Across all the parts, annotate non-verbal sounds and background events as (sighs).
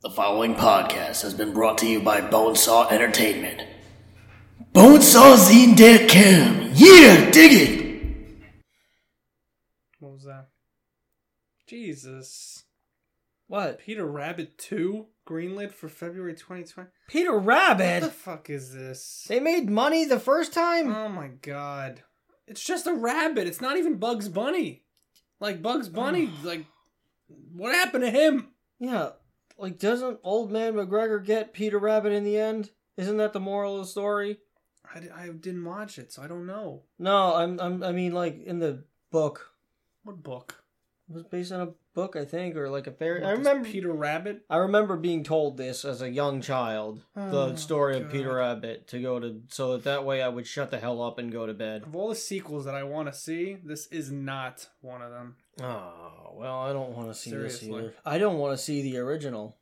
The following podcast has been brought to you by Bonesaw Entertainment. Bonesaw's in that cam. Yeah, dig it. What was that? Jesus. What? Peter Rabbit 2 greenlit for February 2020. Peter What the Rabbit? Uh, fuck is this? They made money the first time? Oh my god. It's just a rabbit. It's not even Bugs Bunny. Like Bugs (sighs) Bunny, like what happened to him? Yeah. Like, doesn't old man McGregor get Peter Rabbit in the end? Isn't that the moral of the story? I, di- I didn't watch it, so I don't know. No, I'm, I'm I mean, like in the book. What book? It was based on a book, I think, or like a fairy. What, I this remember. Peter Rabbit. I remember being told this as a young child, Oh, the story of Peter God. Rabbit, to go to so that that way I would shut the hell up and go to bed. Of all the sequels that I want to see, this is not one of them. Oh well, I don't want to see Seriously. this either. I don't want to see the original.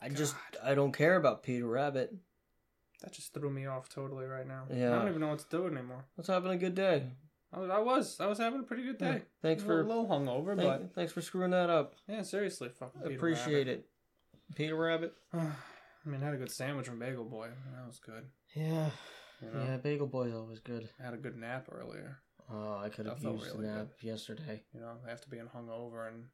I just God. I don't care about Peter Rabbit. That just threw me off totally right now. I Yeah. don't even know what to do anymore. Let's have a good day. I was, I was, I was having a pretty good Yeah. day. Thanks A for little hungover, thank- but thanks for screwing that up. yeah, seriously, fucking Peter Appreciate it, Peter Rabbit. Rabbit. (sighs) I mean, I had a good sandwich from Bagel Boy. That was good. Yeah, You know? yeah. Bagel Boy's always good. I had a good nap earlier. Oh, I could That have felt used really a nap yesterday. You know, after being hungover and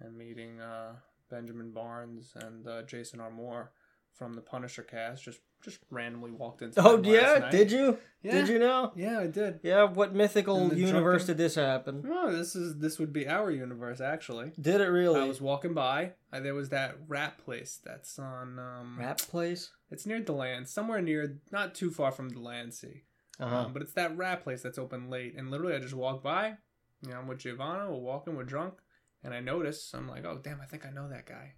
and meeting uh, Benjamin Barnes and uh, Jason Armour from the Punisher cast, just just randomly walked into. Oh them yeah, last night. did you? Yeah. Did you know? Yeah, I did. Yeah. What mythical And the universe drunken- did this happen? No, this is this would be our universe actually. Did it really? I was walking by. Uh, there was that rap place that's on. Um, Rap place. It's near Deland, somewhere near, not too far from Delancey. Uh huh. Um, but it's that rap place that's open late. And literally, I just walk by. You know, I'm with Giovanna. We're walking. We're drunk. And I notice. I'm like, oh, damn, I think I know that guy.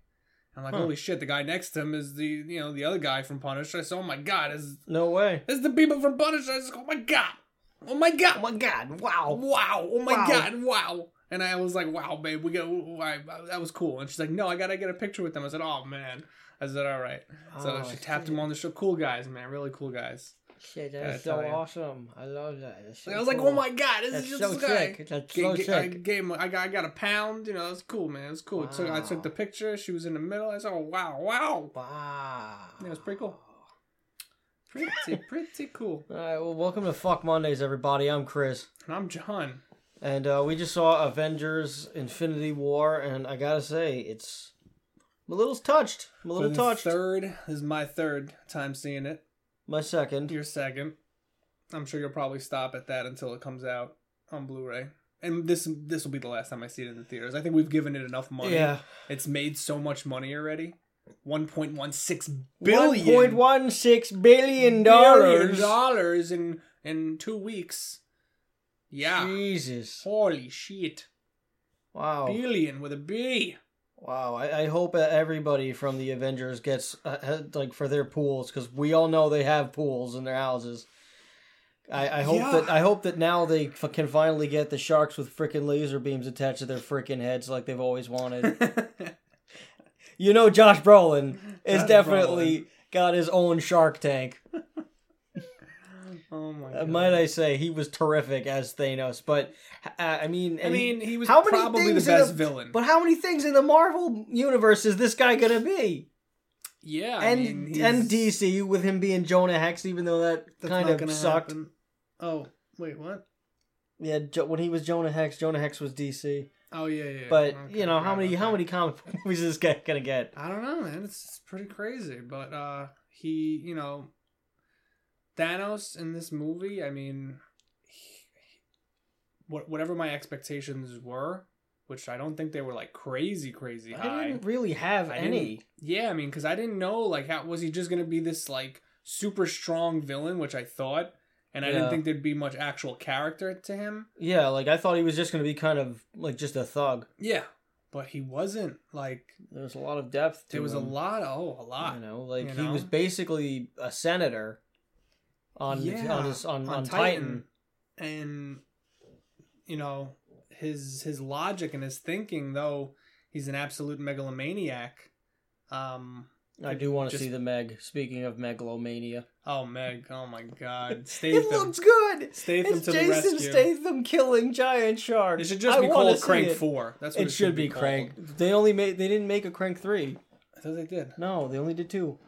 I'm like, Huh. holy shit, the guy next to him is the, you know, the other guy from Punisher. So, oh my God, is no way. is the people from Punisher. I just go, oh my God. Oh my God. my God! Wow. Wow. Oh my Wow. God. Wow. And I was like, wow, babe, we got, I, I- that was cool. And she's like, no, I got to get a picture with them. I said, oh, man. I said, all right. So Oh, she I tapped see. him on the shoulder. Cool guys, man. Really cool guys. Shit, Gotta that's tell so you. awesome. I love that. That's so I was like, cool. oh my god, this that's is just so this guy. sick. That's Ga- so ga- I sick. gave him, I got, I got a pound. You know, it was cool, man. It was cool. So I took Wow. the picture. She was in the middle. I said, oh wow, wow, Wow. Yeah, it's pretty cool. (laughs) pretty, pretty cool. All right, well, welcome to Fuck Mondays, everybody. I'm Chris, And I'm John. and uh, we just saw Avengers: Infinity War, and I gotta say, it's I'm a little touched. I'm a little Been touched. Third this is my third time seeing it. My second. Your second. I'm sure you'll probably stop at that until it comes out on Blu-ray. And this this will be the last time I see it in the theaters. I think we've given it enough money. Yeah, It's made so much money already. 1.16 one billion point one six billion billion dollars. dollars in in 2 weeks. Yeah. Jesus! Holy shit. Wow, Billion with a B. (laughs) wow! I, I hope that everybody from the Avengers gets uh, uh, like for their pools because we all know they have pools in their houses. I, I hope Yeah. that I hope that now they f- can finally get the sharks with freaking laser beams attached to their freaking heads like they've always (laughs) wanted. you know, Josh Brolin is Josh definitely got his own Shark Tank. oh my Uh, god. might I say he was terrific as Thanos, but h- uh, I mean, I and he- mean, he was how many probably the things in best a- villain. but how many things in the Marvel universe is this guy gonna be? yeah, (laughs) I and mean, he's- and DC with him being Jonah Hex, even though that that's kind not of gonna sucked. happen. Oh, wait, what? Yeah, jo- when he was Jonah Hex, Jonah Hex was DC. Oh yeah, yeah. yeah. But Okay, you know how right many about how that. many comic book (laughs) movies is this guy gonna get? I don't know, man. It's, it's pretty crazy. But uh he, you know, Thanos in this movie. I mean, he- what whatever my expectations were, which I don't think they were like crazy, crazy high. I didn't really have I any. Yeah, I mean, because I didn't know like how was he just gonna be this like super strong villain, which I thought, and I didn't Yeah. think there'd be much actual character to him. Yeah, like I thought he was just gonna be kind of like just a thug. Yeah, but he wasn't. Like There was a lot of depth. To there was a him. lot. Oh, a lot. You know, like you he was know? basically a senator on Yeah, on his on, on, on, Titan. Titan. and you know his his logic and his thinking though he's an absolute megalomaniac um I do want to Just- see the Meg. Speaking of megalomania, oh meg oh my (laughs) god it statham looks good. statham It's to the rescue Jason Statham killing giant sharks. it should just I be wanna called see crank it. 4 that's what It should be called. Crank. They only made they didn't make a Crank three. I thought they did. No, they only did two.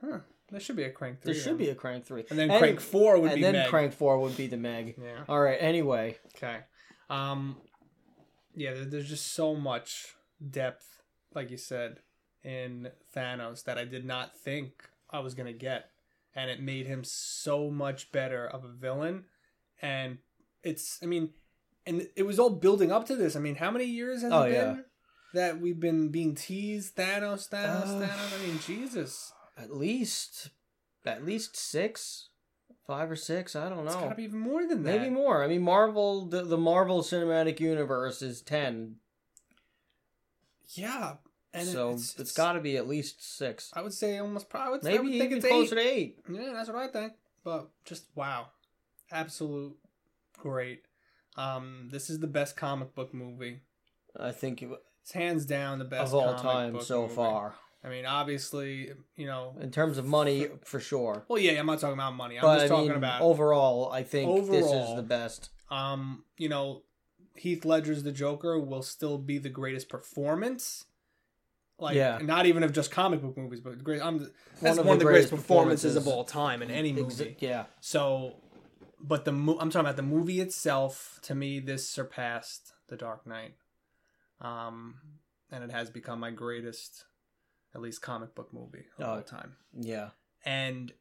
Huh. There should be a crank three. There should be a Crank three, And then Any- crank four would and be then Meg. Crank four would be the Meg. Yeah. All right. Anyway, Okay. Um. Yeah, there, there's just so much depth, like you said, in Thanos that I did not think I was gonna get, and it made him so much better of a villain. And it's, I mean, and it was all building up to this. I mean, how many years has Oh, it yeah. been that we've been being teased, Thanos, Thanos, Uh, Thanos? I mean, Jesus, at least, at least six, five or six. I don't it's know. gotta be even more than that. Maybe more. I mean, Marvel, the, the Marvel Cinematic Universe is ten, Yeah, and so it's got to be at least six. I would say almost probably. I Maybe would think even it's eight. closer to eight. Yeah, that's what I think. But just wow, absolute great. Um, this is the best comic book movie. I think it, It's hands down the best of all comic time book so movie. far, I mean, obviously, you know. in terms of money, for sure. Well, yeah, I'm not talking about money. I'm but just I talking mean, oh. about overall, I think this is Overall. the best. um, you know, Heath Ledger's the Joker will still be the greatest performance. Like, Yeah. not even of just comic book movies, but great. I'm, that's one, of the of the greatest, greatest performances. of performances. all time in any Exa- movie. yeah, So, but the mo- I'm talking about the movie itself. To me, this surpassed The Dark Knight, um, and it has become my greatest, at least comic book movie of Oh. all time. yeah. And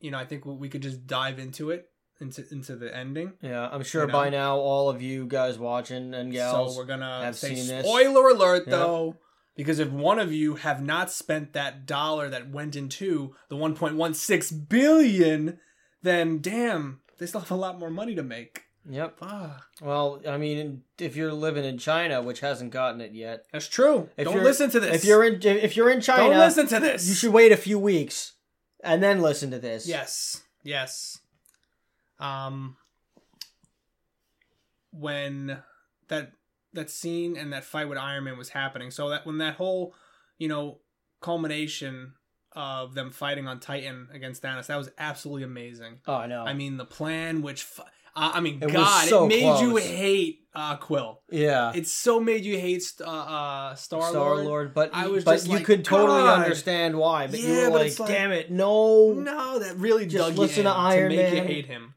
you know, I think we- we could just dive into it into into the ending. Yeah, I'm sure You by know? now all of you guys watching and gals. so we're gonna have say seen this. spoiler alert Yeah. though. Because if one of you have not spent that dollar that went into the 1.16 billion, then damn, they still have a lot more money to make. Yep. Ah, Well, I mean, if you're living in China, which hasn't gotten it yet, that's true. If Don't you're- listen to this. if you're in if you're in Don't China, listen to this. you should wait a few weeks and then listen to this. Yes. Yes. Um. When that that scene and that fight with Iron Man was happening, so that when that whole you know culmination of them fighting on Titan against Thanos, that was absolutely amazing. Oh, I know. I mean, the plan, which fu- uh, I mean, It was God, so it made you close. hate uh, Quill. yeah. It so made you hate uh, uh, Star Star Lord. Lord, but I you- was but just you like, could totally God. understand why. But Yeah, you were but like, it's like- damn it, no. No, that really Just dug listen you in to Iron make Man. you hate him.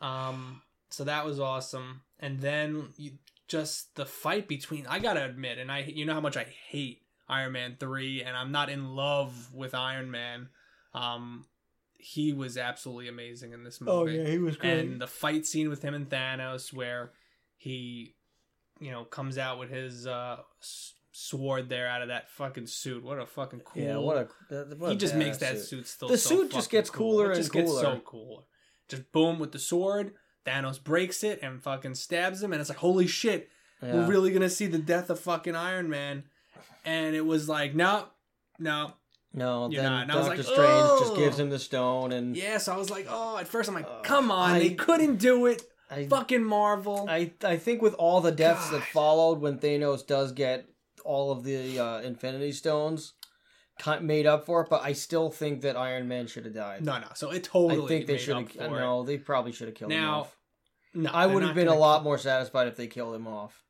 Um, so that was awesome. And then you, just the fight between I gotta admit, and I you know how much I hate Iron Man three, and I'm not in love with Iron Man. Um, he was absolutely amazing in this movie Oh, he was and the fight scene with him and Thanos, where he, you know, comes out with his uh, s- sword there out of that fucking suit. What a fucking cool! Yeah, what a that- what he a just makes badass that suit still. The so suit just fucking gets cool. cooler It and just Gets cooler. so cool. Just boom with the sword. Thanos breaks it and fucking stabs him, and it's like, holy shit, Yeah. we're really gonna see the death of fucking Iron Man. And it was like, no, no, no, You're then not. And I was Doctor like, Strange just "Oh." gives him the stone, and yeah. So I was like, oh, at first I'm like, Uh, come on, I- they couldn't do it, I, fucking Marvel. I I think with all the deaths that God. followed when Thanos does get all of the uh, Infinity Stones ki- made up for it, but I still think that Iron Man should have died. No, no. So it totally. I think they made should up have. for it. No, they probably should have killed him Now, off. No, I they're would have not been a gonna- lot more satisfied if they killed him off.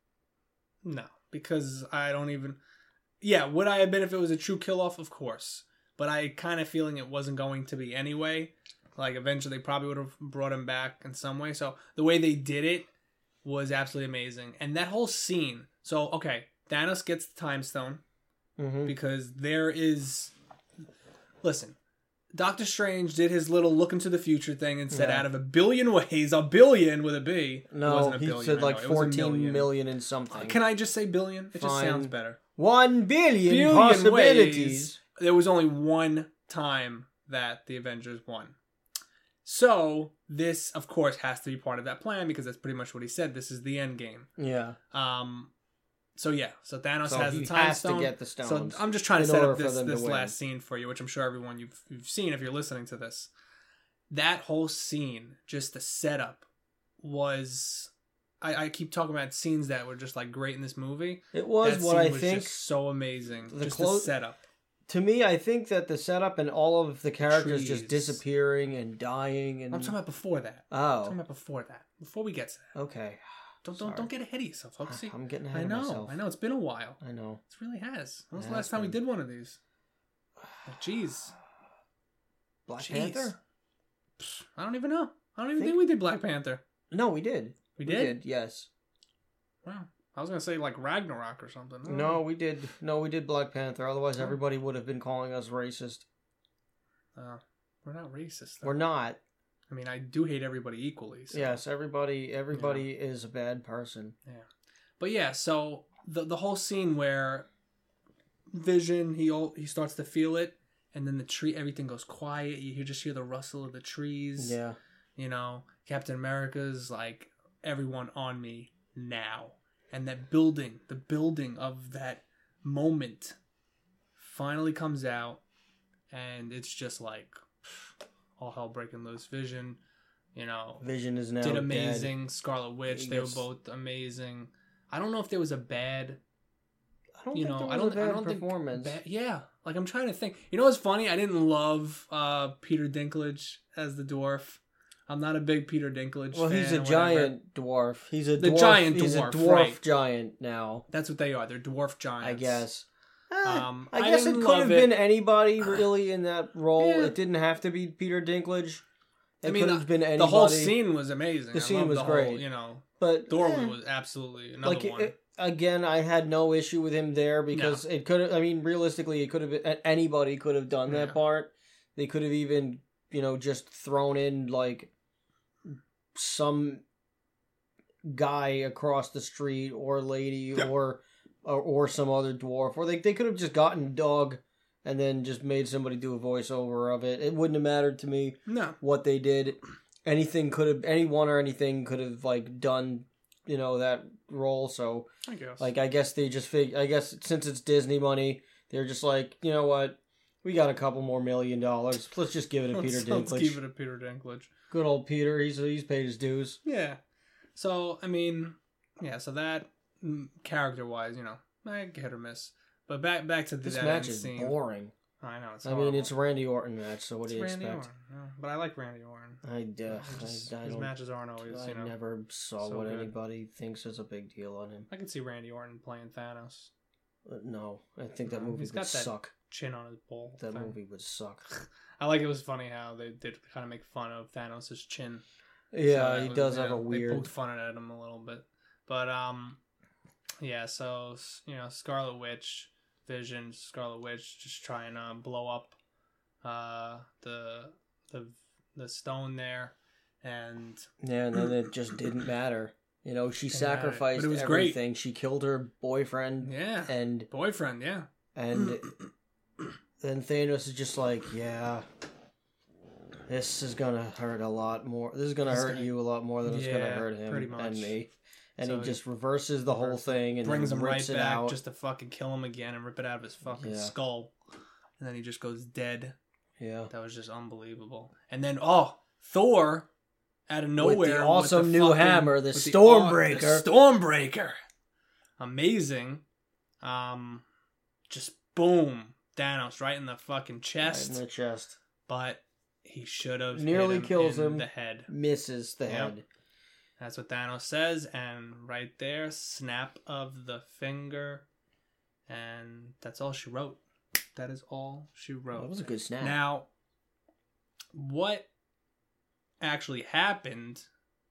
No, because I don't even. Yeah, would I have been if it was a true kill off? Of course, but I kind of feeling it wasn't going to be anyway. Like eventually, they probably would have brought him back in some way. So the way they did it was absolutely amazing, and that whole scene. So okay, Thanos gets the time stone. Mm-hmm. because there is listen doctor strange did his little look into the future thing and said Yeah. out of a billion (laughs) ways a billion with a b It No, wasn't a he billion, said I like know, it was a fourteen million million. and something. can i just say billion it just Fine. sounds better One billion, Billion possibilities. ways. there was only one time that the avengers won so this of course has to be part of that plan because that's pretty much what he said this is the end game Yeah, um so yeah so thanos so has he the time has stone to get the stones. So I'm just trying to in set order up for this, them to this win. last scene for you, which I'm sure everyone you've, you've seen if you're listening to this. That whole scene, just the setup, was. I, I keep talking about scenes that were just like great in this movie. it was that what scene I was think. just so amazing. the just clo- the setup. To me, I think that the setup and all of the characters just Trees. disappearing and dying and I'm talking about before that. I'm talking oh, about before that. Before we get to that, okay. Don't don't, Sorry. don't get ahead of yourself, Huxley. I'm getting ahead I know, of myself. I know. It's been a while. I know. It really has. When was It the has last time we been. did one of these? Like, Jeez, Black Jeez. Panther? Pfft, I don't even know. I don't even Think- think, we did Black Panther. No, we did. We did? yes. Wow. I was gonna say like Ragnarok or something. I don't No, know. we did. No, we did Black Panther. Otherwise, Oh. everybody would have been calling us racist. Uh, we're not racist. Though. We're not. I mean, I do hate everybody equally. So. Yes, everybody. Everybody is a bad person. But yeah, so the the whole scene where Vision he all, he starts to feel it, and then the tree everything goes quiet. You hear just hear the rustle of the trees. Yeah. You know, Captain America's like everyone on me now, and that building, the building of that moment, finally comes out, and it's just like all hell breaking loose. Vision, you know, Vision is now did dead. amazing. Scarlet Witch, He they were gets- both amazing. I don't know if there was a bad, I don't you think know, there I was don't, a bad I don't performance. think, ba- yeah, like I'm trying to think. You know what's funny? I didn't love uh, Peter Dinklage as the dwarf. I'm not a big Peter Dinklage. well, fan he's a or whatever. giant dwarf. He's a The dwarf, giant He's dwarf, a dwarf right. giant now. That's what they are. They're dwarf giants. I guess. Ah, Um, I guess it didn't could love have (sighs) been anybody really in that role. Yeah. It didn't have to be Peter Dinklage. It I mean, could have been anybody. The whole scene was amazing. The I scene loved was the whole, great. You know, but Thorwood eh, was absolutely another like one. it- again, I had no issue with him there because it could. have I mean, realistically, it could have been a- anybody could have done Yeah. that part. They could have even you know just thrown in like some guy across the street or lady Yeah. or, or or some other dwarf or they they could have just gotten dog and then just made somebody do a voiceover of it. It wouldn't have mattered to me no, what they did. Anything could have anyone or anything could have like done you know that role. So I guess. like I guess they just fig I guess since it's Disney money, they're just like you know what. We got a couple more million dollars. Let's just give it (laughs) to Let's- (laughs) Peter let's give Dinklage. it to Peter Dinklage. Good old Peter. He's he's paid his dues. Yeah. So I mean, yeah. So that character wise, you know, I hit or miss. But back back to the This that match end is scene. boring. I know. It's I mean, horrible. it's a Randy Orton match, so what It's do you Randy expect? Orton. yeah. But I like Randy Orton. I, uh, He just- I, I his don't. matches aren't always. I you know, never saw so what good. anybody thinks is a big deal on him. I could see Randy Orton playing Thanos, Uh, No, I think that No, movie he's would got that suck. chin on his ball. That thing. movie would suck. I like it was funny how they did kind of make fun of Thanos' chin. Yeah, So that he was- does yeah, have a They weird. poked fun at him a little bit, but um, yeah. So s- you know, Scarlet Witch, Vision, Scarlet Witch, just trying to blow up uh the the the stone there, and Yeah, and then it just didn't matter. You know, she Didn't matter. But it sacrificed was great. everything. She killed her boyfriend, yeah, and boyfriend, yeah, and then Thanos is just like, yeah, this is gonna hurt a lot more. This is gonna It's hurt gonna- you a lot more than it's gonna Yeah, hurt him pretty much. and me. And So he he just reverses the whole reverses- thing and brings then him right rips it back out. just to fucking kill him again and rip it out of his fucking Yeah. skull, and then he just goes dead. Yeah. That was just unbelievable. And then oh, Thor out of nowhere With the awesome new hammer, the with Stormbreaker. aw- the Stormbreaker. Amazing. Um just boom, Thanos right in the fucking Right chest, in the chest. but he should have Nearly hit him kills in him. the head. Misses the Yep. head. That's what Thanos says and right there snap of the finger and that's all she wrote. That is all she wrote. That was a good snap. Now, what actually happened,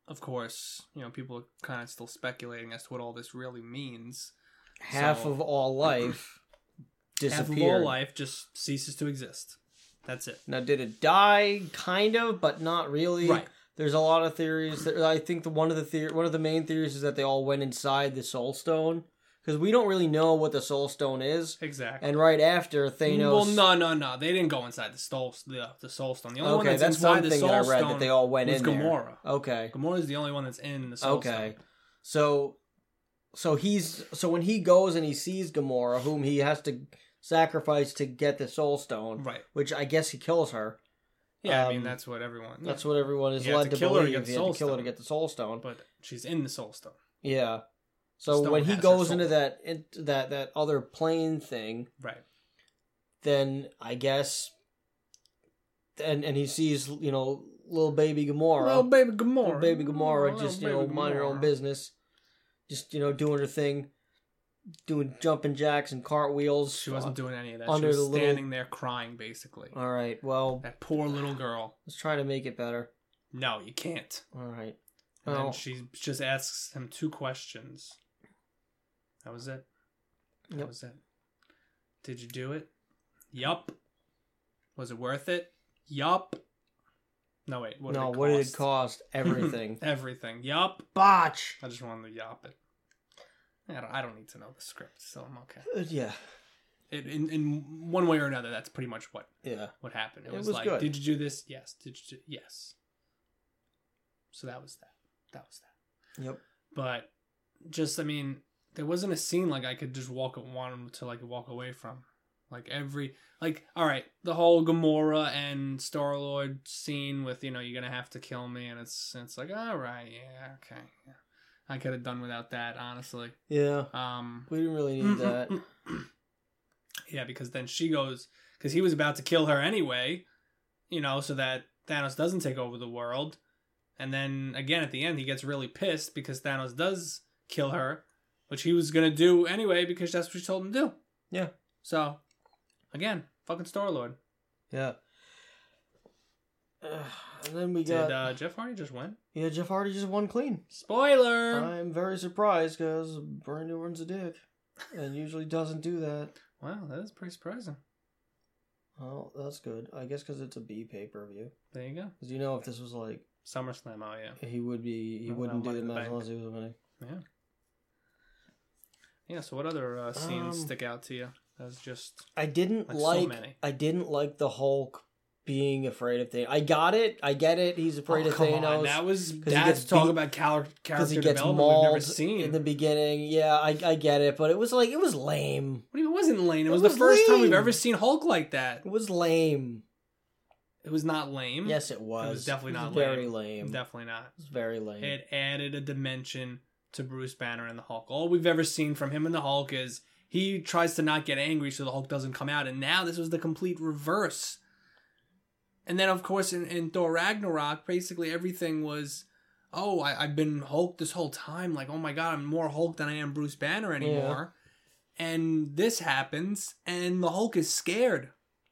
of course, you know, people are kind of still speculating as to what all this really means. Half so- of all life (clears throat) Half disappeared. of all life just ceases to exist. That's it. Now, did it die? Kind of, but not really. Right. There's a lot of theories. That, I think the one of the theor- one of the main theories is that they all went inside the Soul Stone because we don't really know what the Soul Stone is. Exactly. And right after Thanos, Well, no, no, no. They didn't go inside the soul, the, the soul stone. The only one okay, that's, that's, inside one the thing soul that I read stone that they all went was in there. Gamora. Okay, Gamora is the only one that's in the soul okay. So, so he's so when he goes and he sees Gamora, whom he has to sacrifice to get the Soul Stone, stone. Right. which I guess he kills her. Yeah, I Um, mean that's what everyone. That's what everyone is You have led to to, kill her to believe. get the you have Soul to kill her to Stone. get the Soul Stone. But she's in the soul stone. Yeah. So Stone when he has her goes soul. into that into that that other plane thing, Right. then I guess, and and he sees you know little baby Gamora, Little little, baby Gamora. baby Gamora, Little just you baby know mind her own Gamora. business, just you know doing her thing, doing jumping jacks and cartwheels. She wasn't doing any of that. She Under was the little- Uh, standing there crying, basically. All right. Well, That poor little girl. let's try to make it better. No, you can't. All right. And Oh. then she just asks him two questions. That was it. That Yep. was it. Did you do it? Yup. Was it worth it? Yup. No wait. What no, did it what did it cost? (laughs) cost? Everything. Everything. Yup. Botch. I just wanted to yop it. I don't, I don't need to know the script, so I'm okay. Uh, yeah. It, in in one way or another, that's pretty much what Yeah. what happened. It, It was, was like, good. did you do this? Yes. Did you do yes? So that was that. That was that. Yep. But just I mean, there wasn't a scene like I could just walk one to like walk away from. Like every like all right, the whole Gamora and Star Lord scene with you know you're gonna have to kill me and it's it's like all right yeah okay yeah. I could have done without that honestly. Yeah. Um, We didn't really need that. yeah, because then she goes because he was about to kill her anyway, you know, so that Thanos doesn't take over the world. And then again at the end, he gets really pissed because Thanos does kill her, which he was gonna do anyway because that's what she told him to do. Yeah. So, again, fucking Star Lord. Yeah. (sighs) Uh, and then we Did got uh, Jeff Hardy just win? yeah Jeff Hardy just won clean. Spoiler. I'm very surprised because Brand Newman's a dick, and usually doesn't do that. wow, that is pretty surprising. Well, that's good. I guess because it's a B pay per view. There you go. Because you know, if this was like SummerSlam. Oh yeah. he would be, he Well, wouldn't now do Money the in the match Bank. unless he was winning. Yeah. So what other uh, scenes Um, stick out to you? That was just I didn't Like like. so many. I didn't like the Hulk being afraid of Thanos. I got it. I get it. He's afraid Oh, of come on, Thanos That was 'cause he that's gets talk beat- about cal- because character he gets development we've never mauled seen. in the beginning. Yeah, I, I get it, but it was like it was lame. What do you mean it wasn't lame? It, It was, the was first time we've lame. ever seen Hulk like that. It was lame. It was not lame. Yes, it was. Mm. definitely It not very lame. lame. It definitely not. was very lame. It added a dimension to Bruce Banner and the Hulk. All we've ever seen from him and the Hulk is he tries to not get angry so the Hulk doesn't come out, and now this was the complete reverse. And then, of course, in, in Thor Ragnarok, basically everything was, oh, I, I've been Hulk this whole time. Like, oh my God, I'm more Hulk than I am Bruce Banner anymore. And this happens, and the Hulk is scared.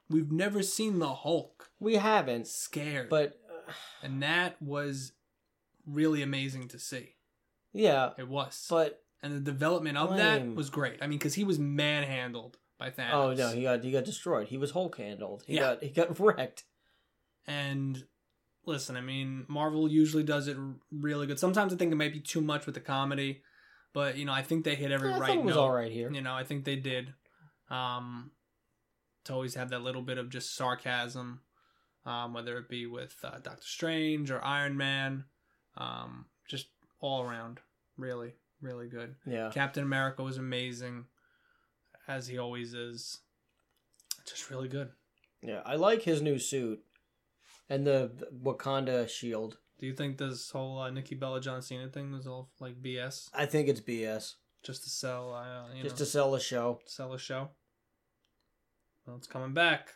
We've never seen the Hulk we haven't, scared. but uh, and that was really amazing to see. yeah, It was. but and the development of that Lame. was great. I mean, because he was manhandled by Thanos. oh no, he got he got destroyed. He was Hulk handled. He Yeah. got he got (laughs) wrecked. and listen, I mean, Marvel usually does it r- really good. Sometimes I think it might be too much with the comedy, but you know, I think they hit every I right thought it was note. all right here. You know, I think they did. Um, to always have that little bit of just sarcasm, um, whether it be with uh, Doctor Strange or Iron Man, um, just all around, really, really good. Yeah, Uh, Captain America was amazing, as he always is. Just really good. yeah. I like his new suit and the the Wakanda shield. Do you think this whole uh, Nikki Bella John Cena thing was all like BS, I think it's BS just to sell, uh, you just know, to sell the show. sell a show? Well, it's coming back.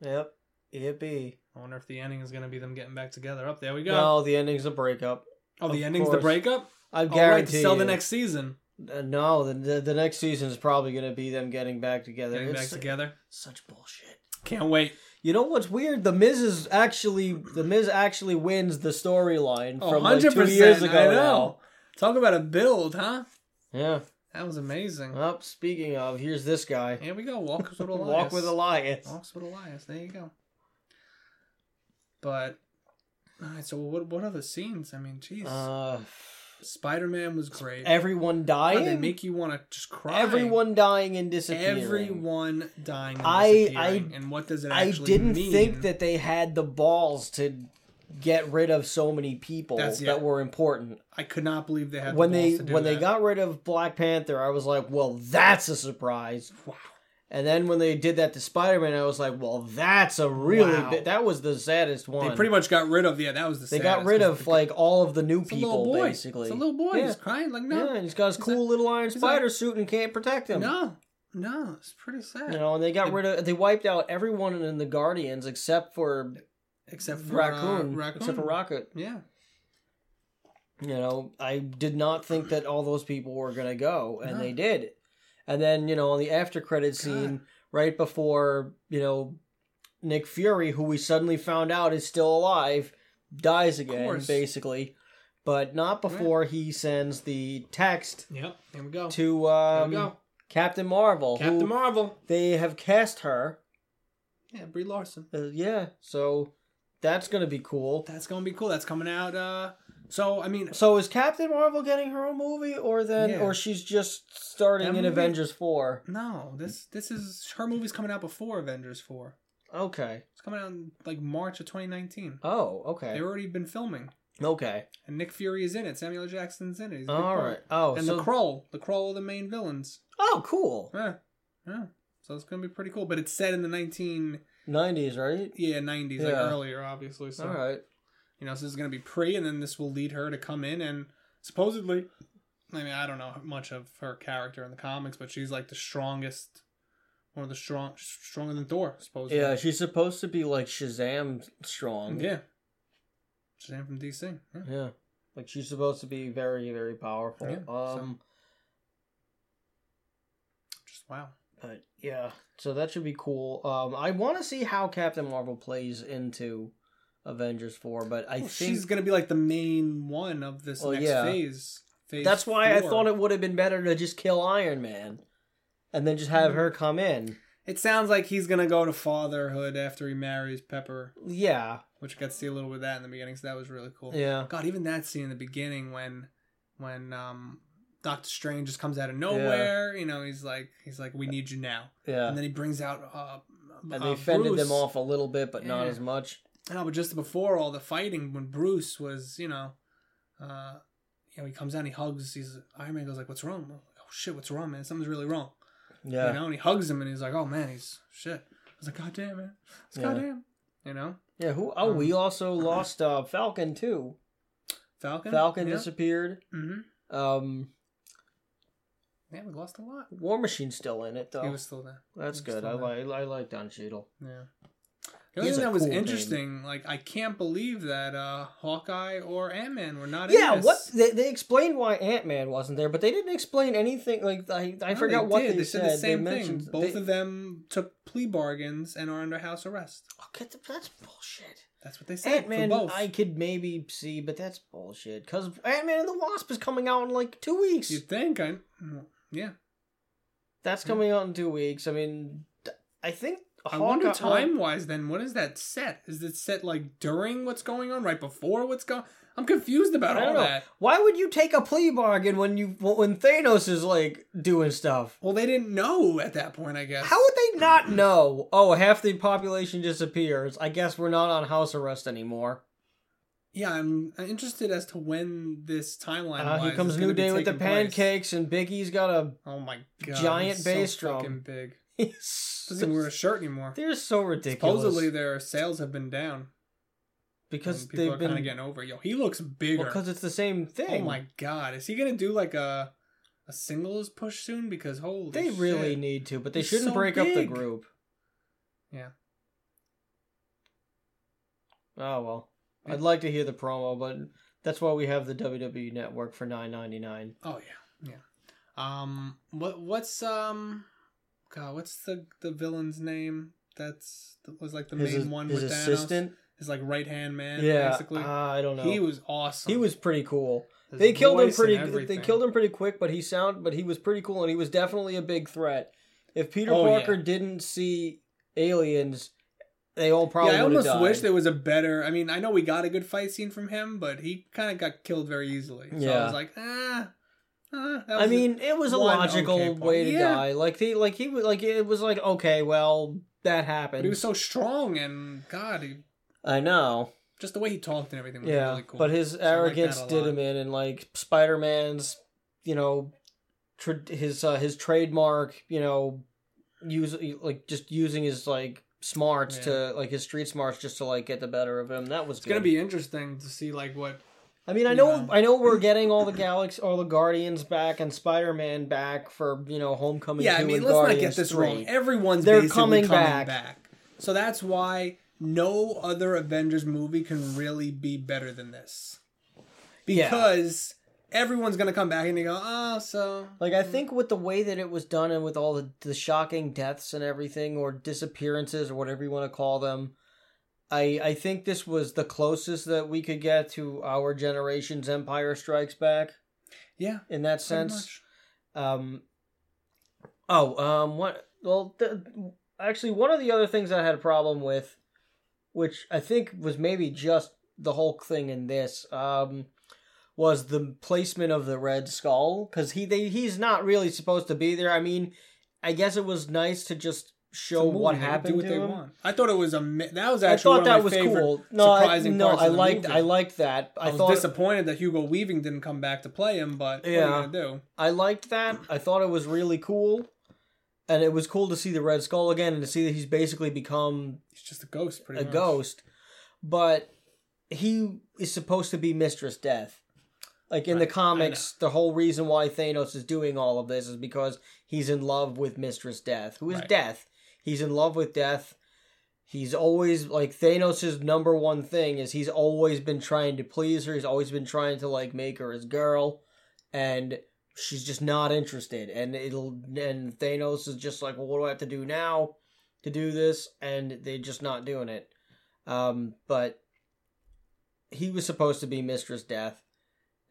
Yep, it be. I wonder if the ending is going to be them getting back together. Up there we go. No, the ending's a breakup. oh, the of ending's the course. breakup. I All right, guarantee to sell you. the next season. Uh, no, the, the the next season is probably going to be them getting back together. Getting back It's together. Such bullshit. Can't wait. You know what's weird? The Miz is actually the Miz actually wins the storyline Oh, from 100 like two percent. years ago. I know. Talk about a build, huh? now. Yeah. That was amazing. Well, speaking of, here's this guy. Here we go. Walk (laughs) with Elias. Walk with Elias. Walks with Elias. There you go. But all right, so what what other scenes? I mean, jeez, Uh, Spider Man was great. everyone God, dying. they make you want to just cry. everyone dying and disappearing. everyone dying. And I- disappearing. and what does it? I Actually didn't mean? think that they had the balls to get rid of so many people That's- yeah. that were important. I could not believe they had when the they balls to do when they that. got rid of Black Panther, I was like, "Well, that's a surprise." Wow. And then when they did that to Spider Man, I was like, "Well, that's a really Wow. bi- that was the saddest one." They pretty much got rid of yeah. That was the They got saddest, rid 'cause of like all of the new it's a little people, boy. basically. It's a little boy. Yeah. He's crying like yeah, no, and he's got his He's a- cool little iron he's a- spider suit and can't protect him. no, no. It's pretty sad. You know, and they got rid of they wiped out everyone in the Guardians except for Except for uh, Raccoon, Raccoon. except for Rocket. Yeah. You know, I did not think that all those people were gonna go, and they did. And then you know, on the after credit scene, right before you know, Nick Fury, who we suddenly found out is still alive, dies again, course. basically. But not before he sends the text Yep. Here we go. to Here um, we go. Captain Marvel. Captain who Marvel. they have cast her. Yeah, Brie Larson. Uh, yeah, so that's gonna be cool. That's gonna be cool. That's coming out. Uh, so I mean, So is Captain Marvel getting her own movie, or then, Yeah. or she's just starting That in movie- Avengers four? no, this this is her movie's coming out before Avengers four. Okay. It's coming out in like March of 2019. Oh, okay. They've already been filming, Okay. and Nick Fury is in it. Samuel L. Jackson's in it. He's a big All part. right. Oh, And so the Kroll, the Kroll are the main villains. oh, cool. Yeah, yeah. So it's gonna be pretty cool. But it's set in the 19 Nineties, right? yeah 90s, like Yeah. earlier, obviously. So All right. you know, so this is gonna be pre, and then this will lead her to come in and supposedly. I mean, I don't know much of her character in the comics, but she's like the strongest, one of the strong, stronger than Thor, supposedly. Yeah, she's supposed to be like Shazam strong. yeah. Shazam from DC. Yeah. Yeah. Like she's supposed to be very, very powerful. Yeah, so- um. Just wow. But yeah, so that should be cool. Um, I want to see how Captain Marvel plays into Avengers four, but I Well, think she's gonna be like the main one of this Well, next yeah. phase. Phase. that's why I four. thought it would have been better to just kill Iron Man, and then just Hmm. have her come in. It sounds like he's gonna go to fatherhood after he marries Pepper, Yeah, which got to see a little bit of that in the beginning. So that was really cool. yeah, God, even that scene in the beginning when, when um, Doctor Strange just comes out of nowhere. You know, he's like, he's like, we need you now, yeah. and then he brings out. Uh, And uh, they fended Bruce. them off a little bit, but not Yeah. as much. No, but just before all the fighting, when Bruce was, you know, uh, you know, he comes down, he hugs, he's Iron Man goes like, "What's wrong?" I'm like, oh shit, what's wrong, man? Something's really wrong, Yeah, you know. And he hugs him, and he's like, "Oh man, he's shit." I was like, "God damn, man, it's Yeah. goddamn," you know. yeah. Who? Oh, Um, we also lost uh, Falcon too. Falcon, Falcon yeah. disappeared. hmm Um, yeah, we lost a lot. War Machine's still in it though. He was still there. that's he was good. still I there. like. I like Don Cheadle. Yeah. The only He's thing a that was cool name. interesting, like I can't believe that uh, Hawkeye or Ant Man were not. Yeah, in this. what they, they explained why Ant Man wasn't there, but they didn't explain anything. Like I, I No, forgot what did. they, said. the same they thing. mentioned Both they- of them took plea bargains and are under house arrest. Oh, get the, that's bullshit. That's what they said Ant Man, for both. I could maybe see, but that's bullshit. Cause Ant Man and the Wasp is coming out in like two weeks. You think I? Yeah, That's coming out in two weeks. I mean, th- I think. I wonder Hawkeye- uh, time wise. Then what is that set? Is it set like during what's going on, right before what's going? I'm confused about I all don't know. that. Why would you take a plea bargain when you when Thanos is like doing stuff? Well, they didn't know at that point, I guess. How would they not know? Oh, half the population disappears. I guess we're not on house arrest anymore. Yeah, I'm I'm interested as to when this timeline. Uh, wise here comes is New gonna be Day with the taking place. pancakes, and Biggie's got a. Oh my god! Giant he's bass so drum. fucking big. Doesn't even wear a (laughs) They're shirt anymore. so ridiculous. Supposedly, their sales have been down. because And people they've are kind been of getting over. it. Yo, he looks bigger. because it's the same oh thing. my god, is he gonna do like a a singles push soon? Because holy, they really shit. need to, but they He's shouldn't so break up the big. group. Yeah. Oh well, Yeah. I'd like to hear the promo, but that's why we have the WWE Network for nine ninety nine. Oh yeah, yeah. Um, what what's um, God, what's the the villain's name? That's that was like the main one his with Thanos. assistant. His like right hand man, yeah, basically. uh, I don't know. He was awesome. he was pretty cool. His they killed him voice and pretty. They everything. killed him pretty quick, but he sound, but he was pretty cool, and he was definitely a big threat. If Peter Oh, yeah. Parker didn't see aliens, they all probably yeah, I would have almost died. wish there was a better. I mean, I know we got a good fight scene from him, but he kind of got killed very easily. So I Yeah. was like, ah. ah, that I was- mean, it was a one logical okay part. way to Yeah. die. Like he, like he was, like it was like okay, well that happened. but he was so strong, and God, he, I know, just the way he talked and everything was yeah. Mm, really cool. But his I like that arrogance a did lot. him in, and like Spider Man's, you know, tra- his uh, his trademark, you know, use like just using his like smarts Yeah. to like his street smarts just to like get the better of him. That was it's gonna be interesting to see like what. I mean, I you know, know. I know, (clears throat) we're getting all the galax, all the Guardians back, and Spider Man back for you know Homecoming. Yeah, I 2 mean, and let's Guardians not get this 3. wrong. Everyone's They're basically coming coming, back. back. so that's why no other Avengers movie can really be better than this. Yeah. because everyone's gonna come back and they go, oh, so Like I think with the way that it was done and with all the, the shocking deaths and everything or disappearances or whatever you want to call them, I I think this was the closest that we could get to our generation's Empire Strikes Back yeah, in that pretty sense. much. Um Oh, um what well th- actually one of the other things I had a problem with which I think was maybe just the Hulk thing in this um was the placement of the Red Skull cuz he they, he's not really supposed to be there. I mean, I guess it was nice to just It's a show what movie, they happened do what to they him. want. I thought it was a mi- that was I actually thought one of that my was favorite cool. No, I, surprising no, parts I of the liked movie. I liked that. I, I, was thought disappointed that Hugo Weaving didn't come back to play him, but what Yeah. are you gonna do? I liked that. I thought it was really cool. And it was cool to see the Red Skull again and to see that he's basically become He's just a ghost, pretty a much. ghost. But he is supposed to be Mistress Death. Like in Right, I the comics, the whole reason why Thanos is doing all of this is because he's in love with Mistress Death, who is Right. Death. He's in love with Death. He's always like Thanos' number one thing is he's always been trying to please her. He's always been trying to like make her his girl, and she's just not interested. And it'll and Thanos is just like, well, what do I have to do now to do this? And they're just not doing it. Um, but he was supposed to be Mistress Death,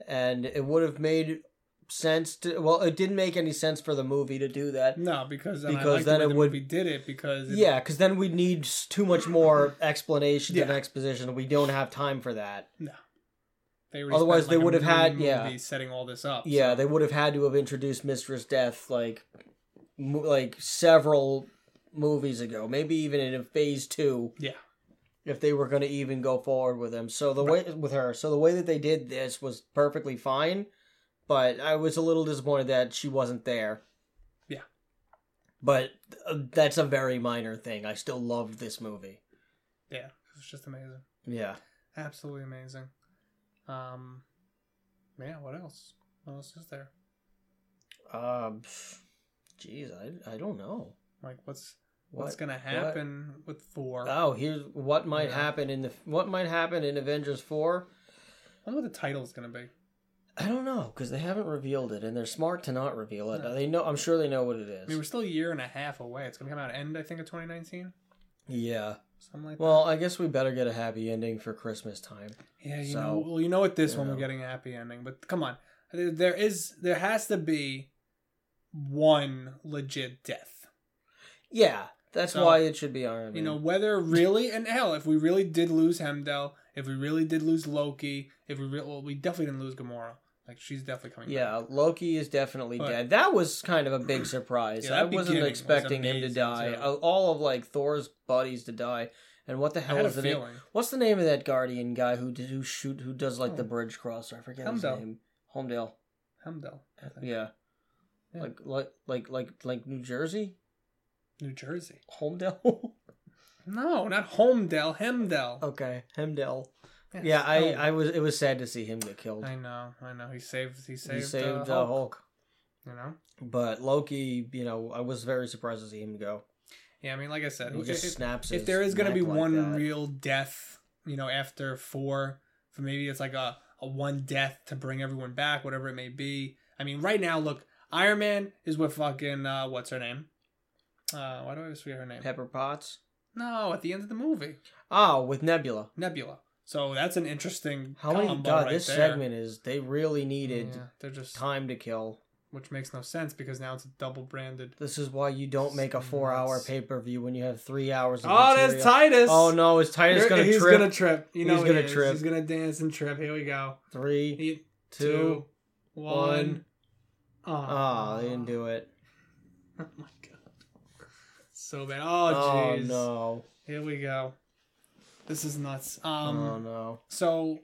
and it would have made sense to. Well, it didn't make any sense for the movie to do that. No, because then Because I liked then the way it the would- movie did it because it- Yeah, because then we'd need s- too much more explanation and Yeah. exposition. We don't have time for that. they already otherwise spent, they like, a would have had- million yeah. movies setting all this up. Yeah, they would have had to have introduced Mistress Death like, mo- like several movies ago, maybe even in Phase Two. Yeah. if they were going to even go forward with him. So the way with her, so the way that they did this was perfectly fine, but I was a little disappointed that she wasn't there. Yeah. but uh, that's a very minor thing. I still loved this movie. yeah, it was just amazing. Yeah. absolutely amazing. Um, yeah. What else? What else is there? Um, jeez, I I don't know. Like, what's What- what's gonna happen with Thor? Oh, here's what might Yeah. happen in the what might happen in Avengers four. I wonder what the title's gonna be. I don't know because they haven't revealed it, and they're smart to not reveal it. No. They know. I'm sure they know what it I mean, we're is. still a year and a half away. It's gonna come out end, I think, of 2019, Yeah. something like Well, I guess we better get a happy ending for Christmas time. that. Yeah, you so, know, well, you know, with this you one, we're know. getting a happy ending. But come on, there, there is, there has to be one legit death. Yeah, that's So, why it should be Iron Man. You know, (laughs) whether really and hell, if we really did lose Hemdell, if we really did lose Loki, if we re- well, we definitely didn't lose Gamora. Like she's definitely coming. back. yeah, Loki is definitely But- dead. That was kind of a big surprise. Yeah, that I wasn't beginning was expecting him to amazing, die. too. Uh, All of like Thor's buddies to die. And what the I hell had a is the name? feeling. What's the name of that guardian guy who did, who shoot who does like the Oh. bridge crosser? I forget his Helmdall. name. Homedale. Hemdell. I think. Yeah. Yeah. Like like like like like New Jersey? (laughs) New Jersey. Homedale. No, not Homedale. Hemdell. okay, Hemdale. Yes, Oh, Yeah, I Helm. I was it was sad to see him get killed. I know. I know. He saved. He saved. he saved uh, uh, Hulk, Hulk. You know. But Loki, you know, I was very surprised to see him go. Yeah. I mean, like I said, He if, just if- snaps. if his there is going to neck be like one that. real death, you know, after four, for maybe it's like a, a one death to bring everyone back, whatever it may be. I mean, right now, look, Iron Man is with fucking uh, what's her name? Uh, why do I always forget her name? Pepper Potts. no, at the end of the movie, Oh, with Nebula. Nebula. So that's an interesting. How many? combo God, right this there. segment is. They really needed Yeah, they're just time to kill. which makes no sense because now it's double branded. This is why you don't make a four-hour Nuts. pay-per-view when you have three hours. Of Oh, material. there's Titus. Oh no, is Titus You're- gonna he's trip? gonna trip. You He's know he's gonna gonna trip. He's gonna dance and trip. Here we go. Three, He- two. one. one. Oh, they didn't do it. (laughs) Oh my god. So bad. Oh Oh jeez. no. Here we go. This is nuts. Oh Um. no. So,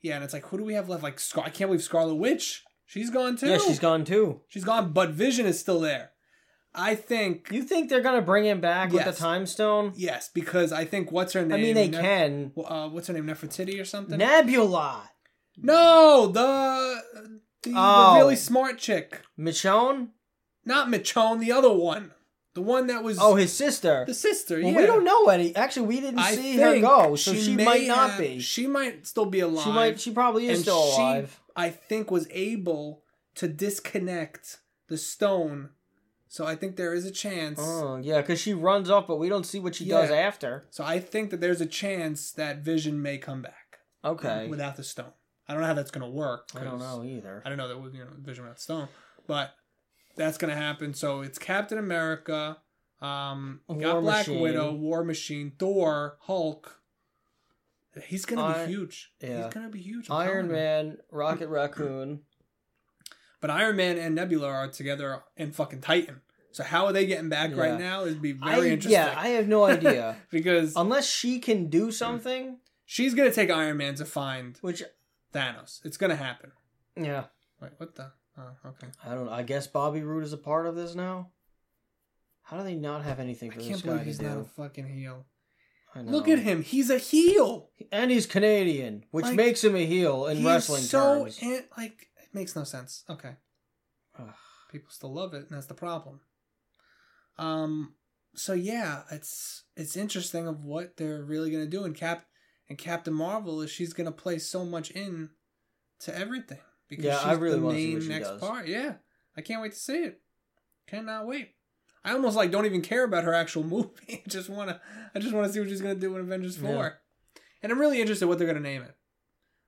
yeah, and it's like, who do we have left? Like, Scar- I can't believe Scarlet Witch. She's gone too. Yeah, she's gone too. She's gone, but Vision is still there. I think You think they're gonna bring him back with Yes. the time stone? yes, because I think what's her name? I mean, they Nef- can. Uh, what's her name? Nefertiti or something? Nebula, No, the the, the Oh. really smart chick, Michonne. not Michonne, the other one. The one that was Oh, his sister. the sister. Well, yeah. we don't know any. Actually, we didn't I see her think go, so she, may might not have- be. She, She might still be alive. might. She probably is and still she, alive. I think, was able to disconnect the stone. So I think there is a chance. Oh yeah, because she runs off, but we don't see what she does Yeah. after. So I think that there's a chance that Vision may come back Okay, without the stone. I don't know how that's gonna work. I don't 'cause know either. I don't know that we you know Vision without Stone, but that's gonna happen. So it's Captain America, um, War got Black Machine. Widow, War Machine, Thor, Hulk. He's gonna I- be huge. yeah. He's gonna be huge. I'm telling Iron you. Man, Rocket Raccoon. But Iron Man and Nebula are together in fucking Titan. So how are they getting back Yeah. right now? It'd be I, very interesting. yeah, I um, have no (laughs) idea. because Unless she can Hmm. do something, she's gonna take Iron Man to find which Thanos. It's gonna happen. yeah, Wait, what the? Oh, okay. I don't. know. I guess Bobby Roode is a part of this now. How do they not have anything I for this can't guy believe to he's not a do? fucking heel. I Look know. at him. He's a heel. and he's Canadian, which Like, makes him a heel in He's wrestling so terms. in- like it makes no sense. Okay. Ugh. People still love it, and that's the problem. Um. So yeah, it's it's interesting of what they're really gonna do, and Cap and Captain Marvel is she's gonna play so much in to everything because Yeah, she's I really the wanna see main what she next does. part. Yeah, I can't wait to see it. Cannot wait. I almost like don't even care about her actual (laughs) movie. I just wanna I just wanna see what she's gonna do in Avengers Yeah. Four, and I'm really interested what they're gonna name it.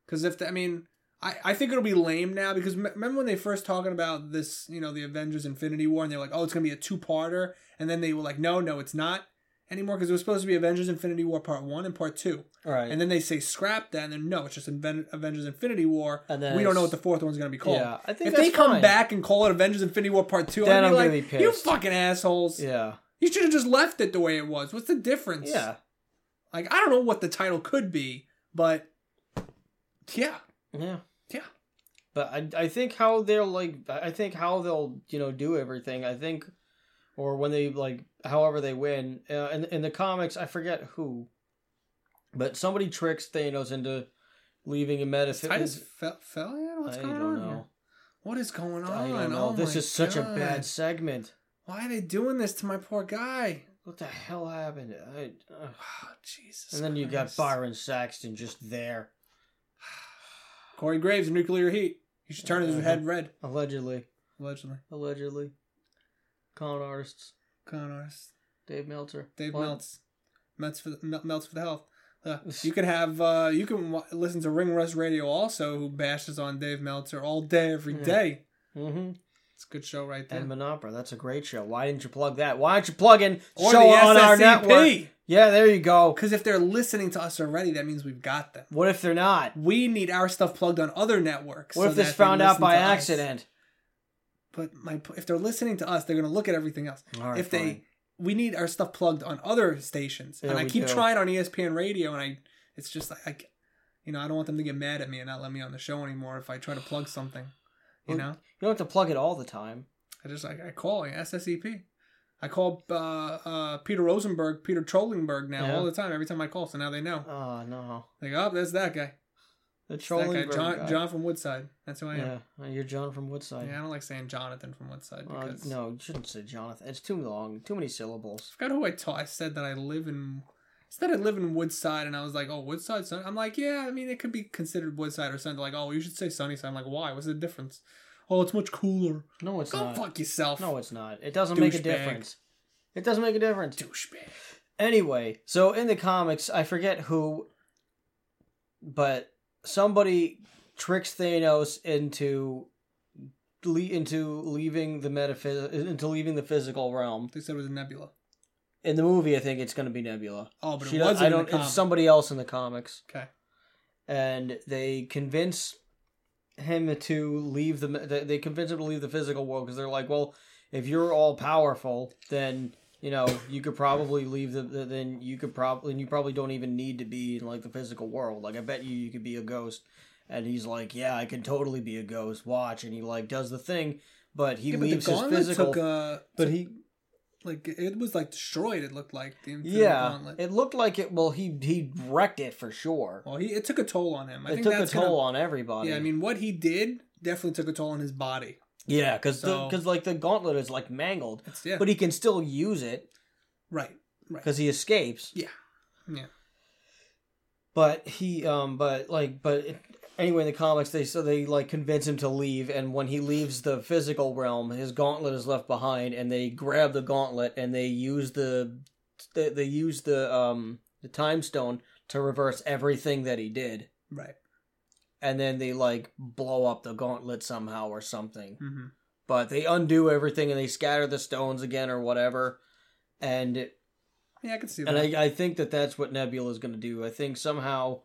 Because if the, I mean, I, I think it'll be lame now because m- remember when they first talking about this, you know, the Avengers Infinity War, and they're like, oh, it's gonna be a two parter, and then they were like, no, no, it's not anymore because it was supposed to be Avengers Infinity War Part One and Part Two, All right, and then they say scrap that, and then no, it's just Inven- Avengers Infinity War. And then we don't know it's- what the fourth one's gonna be called. yeah, I think If they that's come fine. back and call it Avengers Infinity War Part Two, Then I'd be I'm like, gonna be you pissed." fucking assholes! yeah, You should have just left it the way it was. What's the difference? yeah, Like I don't know what the title could be, but yeah, yeah. yeah. But I, I think how they'll like I think how they'll you know do everything I think, or when they like however they win uh, in in the comics I forget who, but somebody tricks Thanos into leaving a metaphysical. Titus Fel- Felion? What's I going don't on? here? know. What is going on? I don't know. Oh this my is such a God. bad segment. Why are they doing this to my poor guy? What the hell happened? I, ugh. Oh, Jesus. and then you got Christ. Byron Saxton just there (sighs) Corey Graves, nuclear heat. He should turn Uh-huh. his head red, allegedly, allegedly. allegedly, con artists Con artist. Dave Meltzer. Dave What? melts. Melts for the, mel- melts for the health. Uh, you can have uh, you can w- listen to Ring Rust Radio also, who bashes on Dave Meltzer all day every Yeah. day. Mm-hmm. It's a good show right there. Hmm. And Monopera, that's a great show. Why didn't you plug that? Why don't you plug in or show the on our network? SAP. Yeah, there you go. Because if they're listening to us already, that means we've got them. What if they're not? we need our stuff plugged on other networks. What so if this that they found out listen by to us. accident? But my, p- if they're listening to us, they're gonna look at everything else. All right, if fine. they, we need our stuff plugged on other stations, Yeah, and I we keep do. trying on E ESPN radio, and I, it's just like, I, c- you know, I don't want them to get mad at me and not let me on the show anymore if I try to plug something. You Well- know, you don't have to plug it all the time. I just like I call yeah, SSEP. I call uh, uh, Peter Rosenberg, Peter Trollingberg now Yeah. all the time. Every time I call, so now they know. Oh no, Like, oh, there's that guy. the That trolling guy, bird John, guy. John from Woodside. That's who I am. Yeah, uh, you're John from Woodside. Yeah, I don't like saying Jonathan from Woodside Uh, because no. no, you shouldn't say Jonathan. It's too long. Too many syllables. I forgot who I taught. I said that I live in. I said I live in Woodside, and I was like, "Oh, Woodside." Sun. I'm like, "Yeah, I mean, it could be considered Woodside or something." Like, "Oh, you should say Sunnyside." I'm like, "Why? What's the difference?" Oh, it's much cooler. No, it's Go not. fuck yourself. No, it's not. It doesn't make a Douchebag. difference. It doesn't make a difference. douchebag. Anyway, so in the comics, I forget who, but somebody tricks Thanos into le- into leaving the metaphys- into leaving the physical realm. They said it was a nebula. In the movie, I think it's going to be Nebula. Oh, but She it does- wasn't. I don't. In the comic. It's somebody else in the comics, okay. and they convince him to leave the. They they convince him to leave the physical world because they're like, well, if you're all powerful, then you know you could probably leave the the- then you could probably and you probably don't even need to be in like the physical world like i bet you you could be a ghost and he's like yeah i could totally be a ghost watch and he like does the thing but he yeah, but the leaves his gauntlet physical took a. but he Like it was like destroyed. It looked like the Infinity yeah Gauntlet. it looked like it well he he wrecked it for sure well, he it took a toll on him. I it think took a that's toll gonna- on everybody Yeah, I mean, what he did definitely took a toll on his body. Yeah, because So- because like the gauntlet is like mangled, It's, yeah. but he can still use it right. because he escapes. Yeah. Yeah. But he um but like but it, anyway in the comics they so they like convince him to leave and when he leaves the physical realm his gauntlet is left behind and they grab the gauntlet and they use the they, they use the um the time stone to reverse everything that he did Right. and then they like blow up the gauntlet somehow or something. Mm-hmm. but they undo everything and they scatter the stones again or whatever and Yeah, I can see that. and I, I think that that's what nebula is going to do i think somehow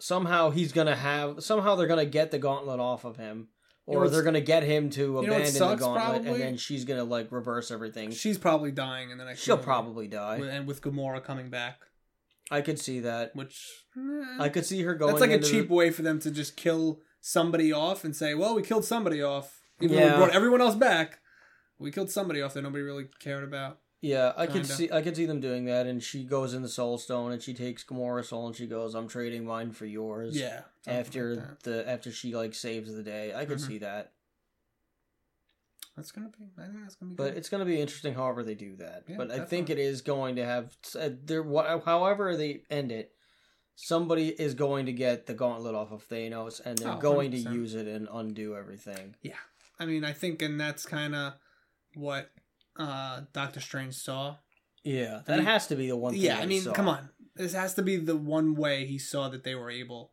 somehow he's going to have somehow they're going to get the gauntlet off of him You know or what's- they're going to get him to what abandon sucks, the gauntlet probably? and then she's going to like reverse everything She's probably dying in the next. she'll movie. probably die and with Gamora coming back, i could see that which eh, i could see her going that's like a into the- cheap way for them to just kill somebody off and say, "Well, we killed somebody off, even though Yeah. we brought everyone else back. We killed somebody off that nobody really cared about." Yeah, I could Kinda. see I could see them doing that, and she goes in the Soul Stone, and she takes Gamora's soul, and she goes, "I'm trading mine for yours." Yeah. something like after that. the after she like saves the day. I could Mhm. see that, that's gonna be. I think that's gonna be. but good. it's going to be interesting. However, they do that, Yeah, but I think it definitely. is going to have uh, there. wha- However, they end it. Somebody is going to get the gauntlet off of Thanos, and they're Oh, going to 100%. use it and undo everything. I mean, I think, and that's kind of what uh Doctor Strange saw. Yeah, I that mean- has to be the one. Thing Yeah, I they mean, saw. come on. This has to be the one way he saw that they were able.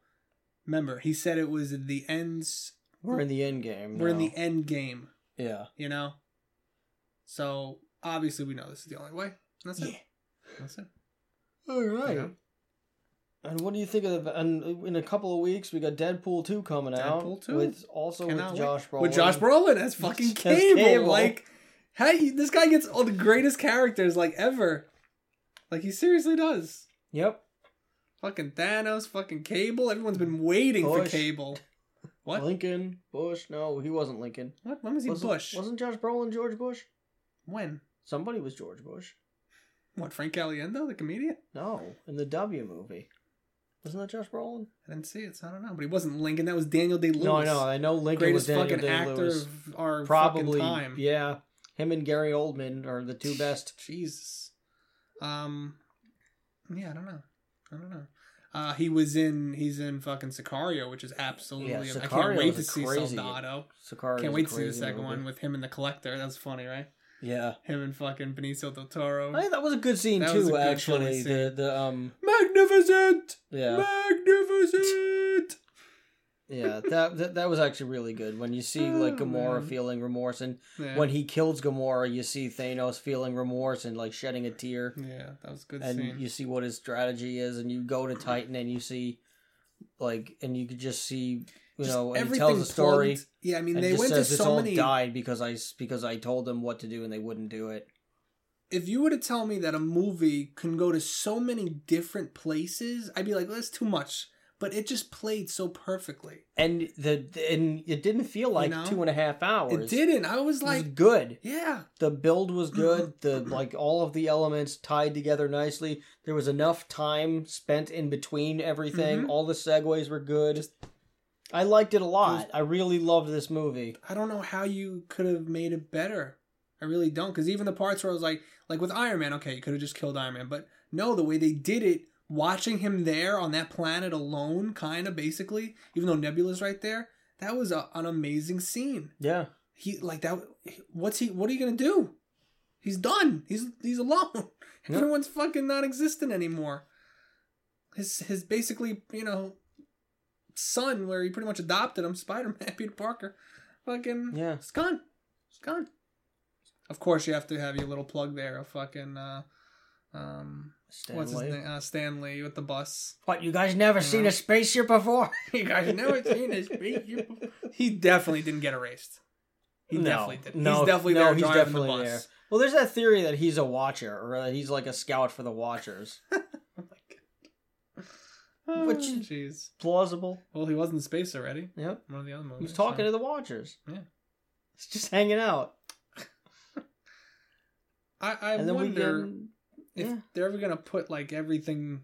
Remember, he said it was the ends. we're in the end game. We're in now. the end game, yeah. you know. So obviously, we know this is the only way. That's it. Yeah. That's it. All right. know? And what do you think of the? And in a couple of weeks, we got Deadpool two coming Deadpool out 2. with also Cannot with wait. Josh Brolin. With Josh Brolin as (laughs) fucking As cable. Cable. like, hey, this guy gets all the greatest characters like ever. Like he seriously does. Yep. Fucking Thanos, fucking Cable. Everyone's been waiting for Bush. Cable. What? Lincoln Bush? No, he wasn't Lincoln. What? When was he wasn't, Bush? Wasn't Josh Brolin George Bush? When? Somebody was George Bush. What? Frank Caliendo, the comedian? No, in the W movie. Wasn't that Josh Brolin? I didn't see it, so I don't know. But he wasn't Lincoln. That was Daniel Day Lewis. No, I know. I know Lincoln Greatest was Daniel fucking Day actor Lewis. of our Probably, fucking time. yeah. Him and Gary Oldman are the two best. Jesus. Um. Yeah, I don't know. I don't know. Uh, he was in. He's in fucking Sicario, which is absolutely. Yeah, I can't Sicario wait is to a see crazy- Soldado. Sicario. Can't wait to see the second one with him and the Collector. That was funny, right? Yeah, Him and fucking Benicio del Toro. I think that was a good scene That was a too. good killing Actually, the the um Magnificent, yeah. (laughs) magnificent. yeah, that, that that was actually really good. When you see like Oh, Gamora man. feeling remorse, and Yeah. when he kills Gamora, you see Thanos feeling remorse and like shedding a tear, yeah, that was a good and scene. you see what his strategy is, and you go to Titan, and you see like, and you could just see, you Just know, and he everything tells the story, plugged- Yeah, I mean and they just went to says this so all many. died because I s- because I told them what to do and they wouldn't do it. if you were to tell me that a movie can go to so many different places, I'd be like, well, that's too much. But it just played so perfectly. And the and it didn't feel like know? two and a half hours. It didn't. I was It was like, good. yeah, the build (clears throat) was good the like all of the elements tied together nicely there was enough time spent in between everything Mhm. all the segues were good i liked it a lot i really loved this movie I don't know how you could have made it better. I really don't. Because even the parts where I was like, like with Iron Man, okay, you could have just killed Iron Man. But no, the way they did it, watching him there on that planet alone, kind of basically, even though Nebula's right there, that was a, an amazing scene. yeah he like that what's he what are you gonna do he's done he's he's alone (laughs) Yeah. everyone's fucking non-existent anymore his his basically you know son where he pretty much adopted him spider-man (laughs) peter parker fucking yeah it's gone it's gone of course you have to have your little plug there of fucking uh um what's his Stanley. name uh, stanley with the bus what you guys never Yeah. seen a spaceship (laughs) before you guys never seen this big- he definitely didn't get erased he No. definitely did. No, he's definitely no, there he's driving definitely the bus. there. well there's that theory that he's a watcher or that he's like a scout for the watchers Oh, Which- jeez. plausible Well, he was in space already. yep One of the other movies. he was talking so- to the watchers Yeah. it's just hanging out I, I and then wonder we can if yeah. they're ever gonna put like everything,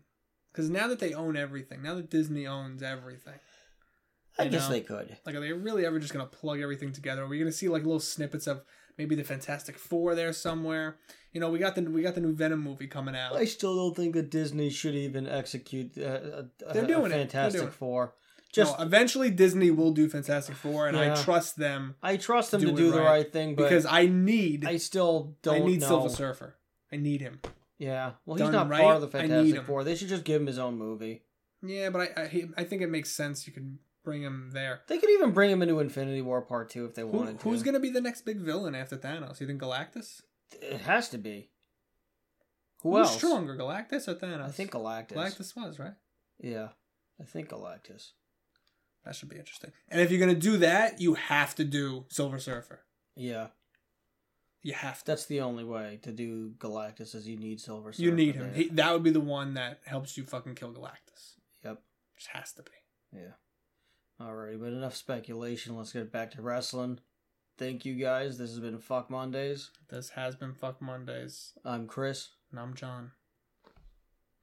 because now that they own everything, now that Disney owns everything, I You guess know. they could. Like, are they really ever just gonna plug everything together? Are we gonna see like little snippets of maybe the Fantastic Four there somewhere? You know, we got the we got the new Venom movie coming out. I still don't think that Disney should even execute uh, a, a, They're doing it. a They're Fantastic doing it. Four. just Just eventually Disney will do Fantastic Four, and I Yeah. trust them I trust them do to it do the right, right thing, but because I need I I, still don't need know. Silver Surfer. I need him. Yeah, well, he's Done not right, part of the I need Fantastic him. Four. They should just give him his own movie. Yeah, but I I, he- I think it makes sense. You can bring him there. They could even bring him into Infinity War Part Two if they Who, wanted to. who's gonna be the next big villain after Thanos? You think Galactus? It has to be. Who Who's else? stronger, Galactus or Thanos? I think Galactus. Galactus was right. Yeah, I think Galactus. That should be interesting. And if you're gonna do that, you have to do Silver Surfer. Yeah, You have to. that's the only way to do Galactus is you need Silver. Surfer you need him. there. He, that would be the one that helps you fucking kill Galactus. Yep. Just has to be. Alrighty, but enough speculation. Let's get back to wrestling. Thank you guys. This has been Fuck Mondays. This has been Fuck Mondays, I'm Chris. and I'm John.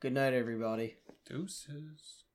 Good night, everybody. Deuces.